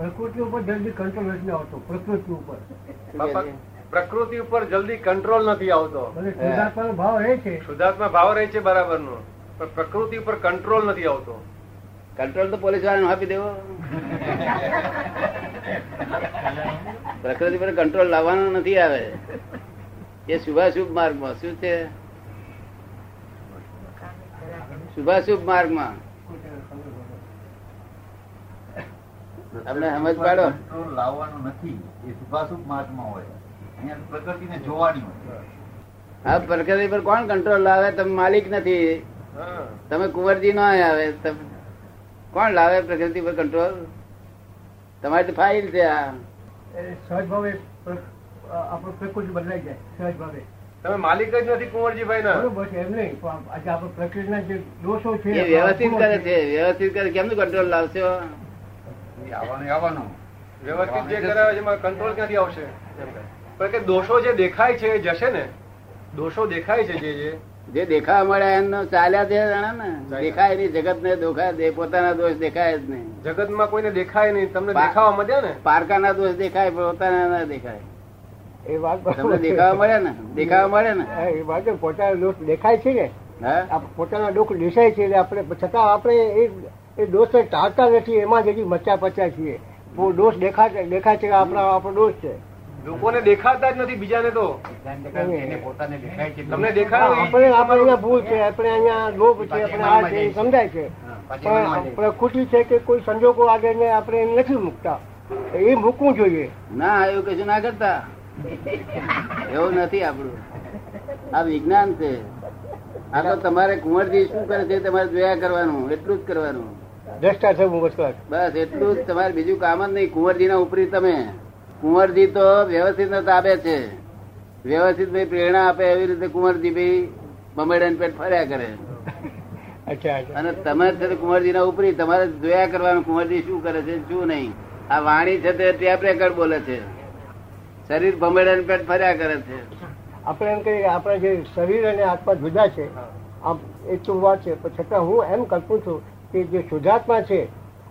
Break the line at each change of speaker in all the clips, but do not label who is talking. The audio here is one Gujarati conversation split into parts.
પ્રકૃતિ ઉપર જલ્દી કંટ્રોલ નથી આવતો પ્રકૃતિ ઉપર
બાપા, પ્રકૃતિ ઉપર જલ્દી કંટ્રોલ નથી આવતો
મને સુધારવાનો ભાવ રહે છે
શુદ્ધાત્મા ભાવ રહે છે બરાબરનો પણ પ્રકૃતિ ઉપર કંટ્રોલ નથી આવતો
કંટ્રોલ તો પોલીસ વાળાને આપી દેવો પ્રકૃતિ પર કંટ્રોલ લાવવાનો નથી આવે એ શુભાશુભ માર્ગમાં શું છે શુભાશુભ માર્ગમાં તમને સમજ પાડો
કંટ્રોલ લાવવાનો નથી એ સુભાષુભ માર્ગમાં હોય અહીંયા પ્રકૃતિને જોવાની હોય
આ પ્રકૃતિ પર કોણ કંટ્રોલ લાવે તમે માલિક નથી
હા.
તમે કુંવરજી ના આવે તમે કોણ લાવે પ્રકૃતિ પર કંટ્રોલ તમારી તો ફાઇલ છે આ
એ સહજ ભાવે પ્ર- અ, આપણું પ્રકૃતિ બદલાઈ જાય સહજ ભાવે
તમે માલિક જ નથી કુંવરજીભાઈ ના
બરોબર છે એમ નહીં પણ આજે આપણે પ્રકૃતિના જે દોષો છે
એ વ્યવસ્થિત કરે છે વ્યવસ્થિત કરે કેમનું કંટ્રોલ લાવશો
આવવાનું આવવાનું
વ્યવસ્થિત જે કરાવે છે એમાં કંટ્રોલ ક્યાંથી આવશે એમ કહે. પણ કે દોષો જે દેખાય છે એ જશે ને દોષો દેખાય છે જે જે
જે દેખાવા મળ્યા એમનો ચાલ્યા છે જાણે ને
ચાલ્યા.
દેખાય નહીં જગત ને દોખાય દે પોતાના દોષ દેખાય જ નહીં
જગતમાં કોઈને દેખાય નહીં તમને
બા-
દેખાવા મળ્યા ને
પારકાના દોષ દેખાય પણ પોતાના ના દેખાય
એ વાત
તમને દેખાવા મળે ને દેખાવા મળે ને
હા, એ વાત છે. પોતાના દોષ દેખાય છે ને
હા
આ પોતાના દુઃખ દેખાય છે એટલે આપણે છતાં આપણે એ એ દોષને ટાળતા નથી એમાં જ હજી મચ્ચા પચ્યા છીએ બહુ દોષ દેખાય દેખાય છે કે આપણા આપણો દોષ છે
લોકોને દેખાતા જ નથી બીજાને તો
એને
પોતાને દેખાય છે
તમને દેખાયું એ-
આપણે આપણે અહીંયા ભૂલ છે આપણે અહીંયા લોભ છે આપણે આ છે એ સમજાય છે પણ આપણે ખુશી છે કે કોઈ સંજોગો આગળને આપણે એને નથી મૂકતા એ મૂકવું જોઈએ
ના એવું કશું ના કરતા એવું નથી આપણું આ વિજ્ઞાન છે આ તો તમારે કુંવરજી શું કરે છે તમારે જોયા કરવાનું એટલું જ કરવાનું
દ્રષ્ટા થવું વસ્તુ
બસ એટલું જ તમારે બીજું કામ જ નહીં કુંવરજીના ઉપરી તમે કુંવરજી તો વ્યવસ્થિત તાબે છે વ્યવસ્થિત ભાઈ પ્રેરણા આપે એવી રીતે કુંવરજી ભાઈ બમેડાને પેટ ફર્યા કરે
અચ્છા અચ્છા
અને તમે જ છે તે કુંવરજીના ઉપરી તમારે જોયા કરવાનું કુંવરજી શું કરે છે શું નહીં આ વાણી છે તે ટેપ રેકર્ડ બોલે છે શરીર ભમેડાને પેટ ફર્યા કરે છે
આપણે એમ કહીએ કે આપણા જે શરીર અને આત્મા જુદા છે આમ એ તો વાત છે પણ છતાં હું એમ કલ્પું છું કે જે શુદ્ધાત્મા છે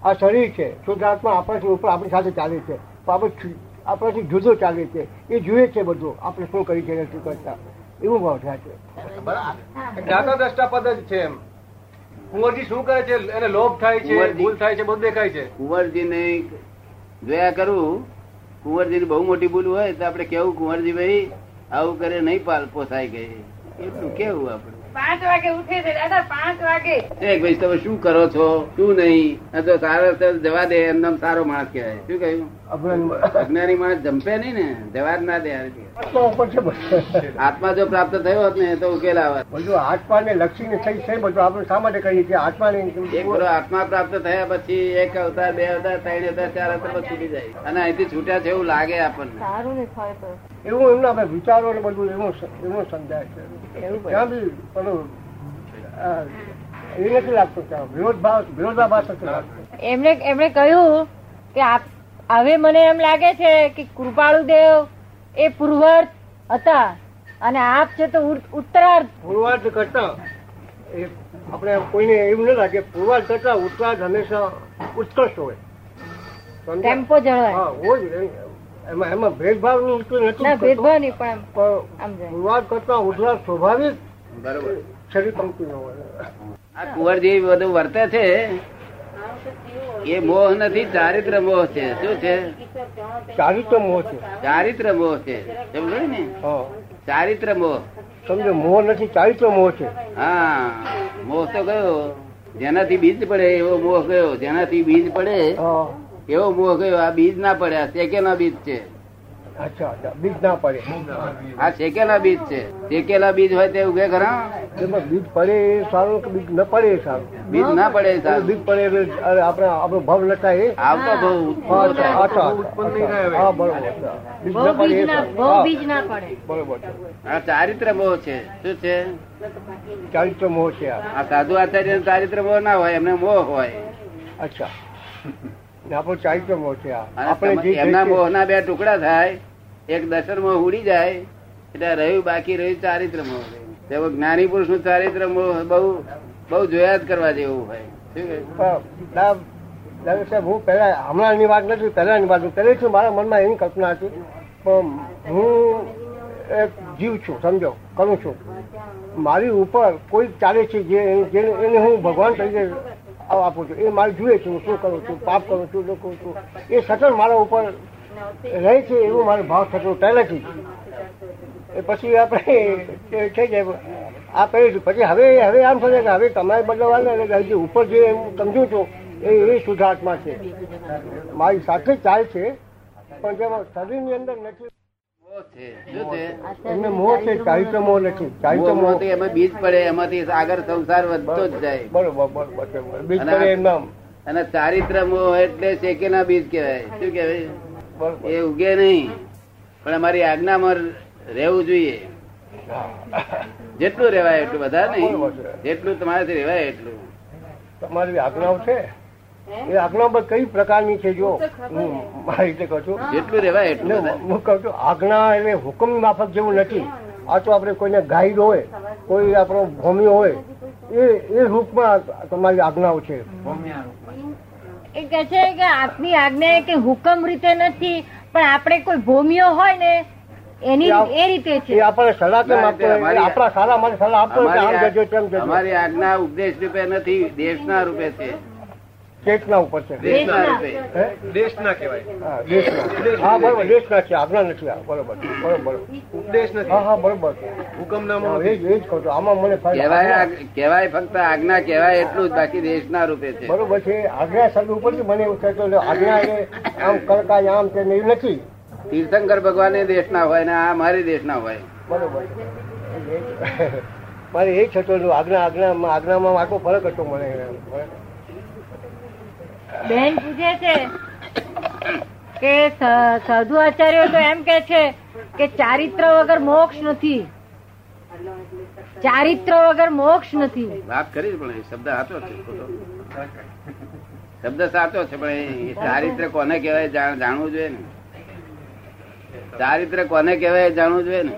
આ શરીર છે શુદ્ધાત્મા આપણાથી ઉપર આપણી સાથે ચાલે છે પણ આપણે છુ- આપણાથી જુદો ચાલે છે એ જુએ છે બધું આપણે શું કરી છે અને શું કરતા એવું ભાવ થાય છે
દાતા દ્રષ્ટા પદ જ છે એમ કુંવરજી શું કરે છે એને લોભ થાય છે
કુંવરજી.
ભૂલ થાય છે બધું દેખાય છે
કુંવરજીને જોયા કરું કુંવરજીની બહુ મોટી ભૂલ હોય તો આપણે કેવું કુંવરજી ભાઈ આવું કરે નહીં પાલ પોસાઈ ગઈ એટલું કેવું આપણે
પાંચ વાગે ઉઠે છે દાદા પાંચ વાગે
એ ભાઈ તમે શું કરો છો શું નહીં આ તો સારો રસ્તે જવા દે એમ નામ સારો માણસ કહેવાય શું કહ્યું
અભિનંદન.
અજ્ઞાની માણસ જંપે નહીં ને જવા જ ના દે આ રીતે.
આત્મા ઉપર છે બધું.
આત્મા જો પ્રાપ્ત થયો હોત ને તો ઉકેલ આવત
બધું આત્માને લક્ષીને થઈ છે બધું આપણે શા માટે કહીએ છીએ આત્માને
એક બરો આત્મા પ્રાપ્ત થયા પછી એક અવતાર બે અવતાર ત્રણ અવતાર ચાર અવતાર પછી છૂટી જાય અને અહીંથી છૂટ્યા છે એવું લાગે આપણને
સારું ને થાય તો
એવું એમના આપણે વિચારો ને બધું એવું સ- એવું સમજાય છે
એવું બધું.
ત્યાં બી પેલું આ, એ નથી લાગતું ત્યાં વિરોધભાવ વિરોધાભાસ નથી લાગતો
એમણે એમણે કહ્યું કે આપ હવે મને એમ લાગે છે કે કૃપાળુ દેવ એ પૂર્વાર્થ હતા અને આપ છે તો ઉત- ઉત્તરાર્થ
પૂર્વાર્ધ કરતા એ આપણે કોઈને એવું ન લાગે પૂર્વાર્ધ કરતા ઉત્તરાર્ધ હંમેશા ઉત્કર્ષ હોય સમજ્યા?
ટેમ્પો જળવાય
હા હોય જ. એમાં એમાં ભેદભાવ નથી
ના
થતો.
ભેદભાવ નહીં પણ આમ
પણ
જાય.
પૂર્વાર્ધ કરતા ઉત્તરાર્ધ સ્વાભાવિક
બરોબર
શરીર પંક્તિ હોય
આ કુંવરજી બધું વર્તે છે એ મોહ નથી ચારિત્ર મોહ છે શું છે
ચારિત્ર મોહ છે
ચારિત્ર મોહ છે સમજો ને
હા
ચારિત્ર મોહ
સમજો મોહ નથી ચારિત્ર મોહ છે
હા મોહ તો કયો જેનાથી બીજ પડે એવો મોહ કયો જેનાથી બીજ પડે
હા
એવો મોહ કયો આ બીજ ના પડે આ શેકેલા બીજ છે
અચ્છા અચ્છા બીજ ના પડે
આ શેકેલા બીજ છે શેકેલા બીજ હોય તે ઉગે ખરા
એમાં બીજ પડે એ સારું કે બીજ ન પડે એ સારું
બીજ ના પડે
એટલે
સારું.
બીજ પડે એટલે અરે આપણે આપણો ભાવ લખાય એ
આવતો બહુ
હા,
ઉત્પન્ન
અચ્છા,
થાય.
અચ્છા,
ઉત્પન્ન નહીં
અચ્છા.
થાય હવે.
હા, બરોબર. બીજ ન પડે એ સારું. હા, બરોબર છે.
આ ચારિત્ર મોહ છે શું છે
ચારિત્ર મોહ છે આ.
આ સાધુ આચાર્ય ચારિત્ર મોહ ના હોય એમને મોહ હોય
અચ્છા ને આપણો ચારિત્ર મોહ છે આ.
અને
આપણે જે
તમ- એમના
કહીએ-
મોહના બે ટુકડા થાય એક દર્શન મોહ ઉડી જાય એટલે આ રહ્યું બાકી રહ્યું ચારિત્ર મોહ તેવો જ્ઞાની પુરુષ નું ચારિત્ર મોહ બહુ બહુ જોયા જ કરવા જેવું હોય શું કહ્યું?
પણ ના, દાદા સાહેબ હું પહેલા હમણાંની વાત નથી પહેલાની વાત હું પહેલેથી મારા મનમાં એની કલ્પના હતી પણ હું એક જીવ છું સમજો કરું છું મારી ઉપર કોઈ ચાલે છે જે જેને- એને હું ભગવાન તરીકે આપું છું એ મારે જુએ છે હું શું કરું છું પાપ કરું છું શું કરું છું એ સતત મારા ઉપર રહે છે એવું મારો ભાવ થતો પહેલેથી જ. એ પછી આપણે એ થઈ જાય આ પહેલું છું. પછી હવે હવે આમ થશે કે હવે તમારે બદલવાના એટલે હજી ઉપર જે હું સમજુ છું એ એ સુધાર્થમાં છે મારી સાથે ચાલે છે પણ જેમાં શરીરની અંદર નથી
મોહ છે શું છે
એમને મોહ છે ચારિત્ર મોહ નથી ચારિત્ર મોહ
મોહમાંથી એમાં બીજ પડે એમાંથી આગળ સંસાર વધતો જ જાય
બરોબર બરોબર બરોબર. બીજ
અને
કરે
આ-
એમના
અને ચારિત્ર મોહ એટલે શેકેના બીજ કહેવાય શું કહેવાય
બરોબર
એ ઉગે નહીં પણ અમારી આજ્ઞામાં રહેવું જોઈએ જેટલું રહેવાય એટલું વધારે નહીં જેટલું તમારાથી રહેવાય એટલું
તમારી આજ્ઞાઓ છે એ આજ્ઞાઓ પણ કઈ પ્રકારની છે જો હું મારી રીતે કહું છું
જેટલું રહેવાય
એટલે
એટલું વધારે.
હું કહું છું આજ્ઞા એટલે હુકમ માફક જેવું નથી આ તો આપણે કોઈને ગાઈડ હોય કોઈ આપણો ભૂમિ હોય એ એ રૂપમાં તમારી આજ્ઞાઓ છે
ભૂમિયા રૂપમાં.
એ કે છે કે આપની આજ્ઞા એ કે હુકમ રીતે નથી પણ આપણે કોઈ ભોમિયો હોય ને એની એ રીતે
એ
છે
આપણને સલાહ કેમ આપતો હોય? એ આપણા સારા માટે સલાહ આપતો હોય કે આમ જજો તેમ
અમારી આ-
જજો
અમારી આજ્ઞા ઉપદેશ રૂપે નથી દેશના રૂપે છે
ચેતના ઉપર છે
દેશના રૂપે
હે?
દેશ ના કહેવાય
હા, દેશના હા બરોબર દેશના છે આજ્ઞા નથી આ બરોબર બરોબર
ઉપદેશ
હા
નથી
હા બરોબર
હુકમનામો
હા, એ
નથી
જ- એ જ કહું છું આમાં મને ફાયદો-
કહેવાય કહેવાય ફક્ત આજ્ઞા કહેવાય એટલું જ બાકી દેશના રૂપે છે
બરોબર છે આજ્ઞા શબ્દ ઉપરથી મને એવું થતું એટલે આજ્ઞા એ આમ કડકાઈ આમ તે એવું નથી
તીર્થંકર ભગવાન એ દેશના હોય ને આ મારી દેશના હોય
બરોબર મારે એ જ હતું આજ્ઞા આજ્ઞામાં આજ્ઞામાં આખો ફરક હતો મને
બેન પૂછે છે કે સ- સાધુ આચાર્યો તો એમ કે છે કે ચારિત્ર વગર મોક્ષ નથી ચારિત્ર વગર મોક્ષ નથી
વાત કરી પણ એ શબ્દ સાચો છે ખોટો શબ્દ સાચો છે પણ એ ચારિત્ર કોને કહેવાય જા- જાણવું જોઈએ ને ચારિત્ર કોને કહેવાય એ જાણવું જોઈએ ને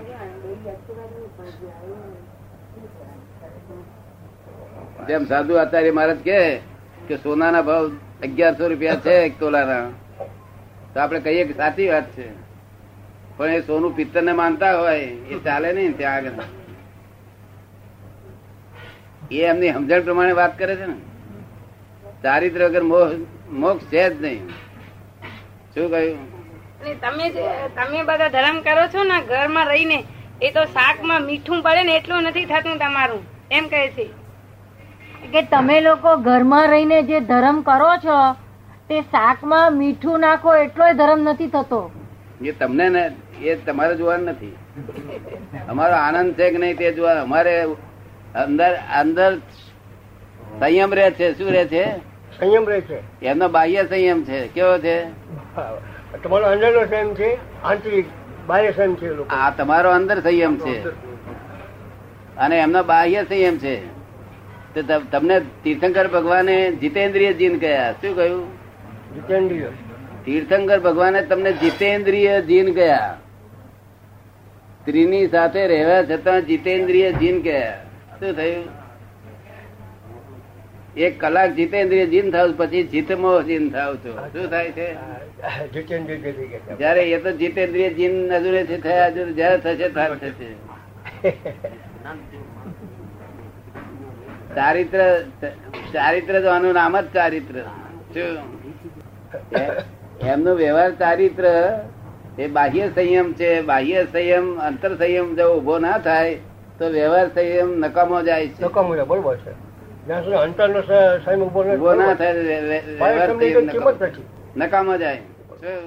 જેમ સાધુ આચાર્ય મહારાજ કે કે સોનાના ભાવ અગિયારસો રૂપિયા છે એક તોલાના તો આપણે કહીએ કે સાચી વાત છે પણ એ સોનું પિત્તરને માનતા હોય એ ચાલે નહીં ને ત્યાં આગળ એ એમની સમજણ પ્રમાણે વાત કરે છે ને ચારિત્ર વગર મોહ- મોક્ષ છે જ નહીં શું કહ્યું
અને તમે જે તમે બધા ધર્મ કરો છો ને ઘરમાં રહીને એ તો શાકમાં મીઠું પડે ને એટલું નથી થતું તમારું એમ કહે છે
કે તમે લોકો ઘરમાં રહીને જે ધર્મ કરો છો તે શાકમાં મીઠું નાખો એટલોય ધર્મ નથી થતો
એ તમને ને એ તમારે જોવાનું નથી અમારો આનંદ છે કે નહીં તે જોવાનું અમારે અંદર અંદર સંયમ રહે છે શું રહે છે
સંયમ રહે છે
એમનો બાહ્ય સંયમ છે કેવો છે
હા. તમારો અંદરનો સંયમ છે આંતરિક બાહ્ય સંયમ છે એ લોકો
આ તમારો અંદર સંયમ છે અને એમનો બાહ્ય સંયમ છે તો ત- તમને તીર્થંકર ભગવાને જીતેન્દ્રિય જીન કયા શું કહ્યું
જીતેન્દ્રિય
તીર્થંકર ભગવાને તમને જીતેન્દ્રિય જીન ગયા સ્ત્રીની સાથે રહેવા છતાં જીતેન્દ્રિય જીન ગયા શું થયું એક કલાક જીતેન્દ્રિય જીન થાવ પછી જીતમો જીન થાવ છો શું થાય છે
જીતેન્દ્રિય જે થઈ ગયા
જયારે એ તો જીતેન્દ્રિય જીન હજુ નથી થયા હજુ જયારે થશે ત્યારે થશે ચારિત્ર ચારિત્ર તો આનું નામ જ ચારિત્ર શું? એ- એમનો વ્યવહાર ચારિત્ર એ બાહ્ય સંયમ છે બાહ્ય સંયમ અંતર સંયમ જો ઉભો ના થાય તો વ્યવહાર સંયમ નકામો જાય છે
નકામું છે, બરોબર છે જ્યાં સુધી અંતરનો સ- સંયમ ઉભો
ઉભો ના
નથી
થાય તો વ્ય- વ્ય-
બાહ્ય
વ્યવહાર
સંયમની
સંયમ
કોઈ કિંમત
નકામો-
નથી
નકામો જાય શું?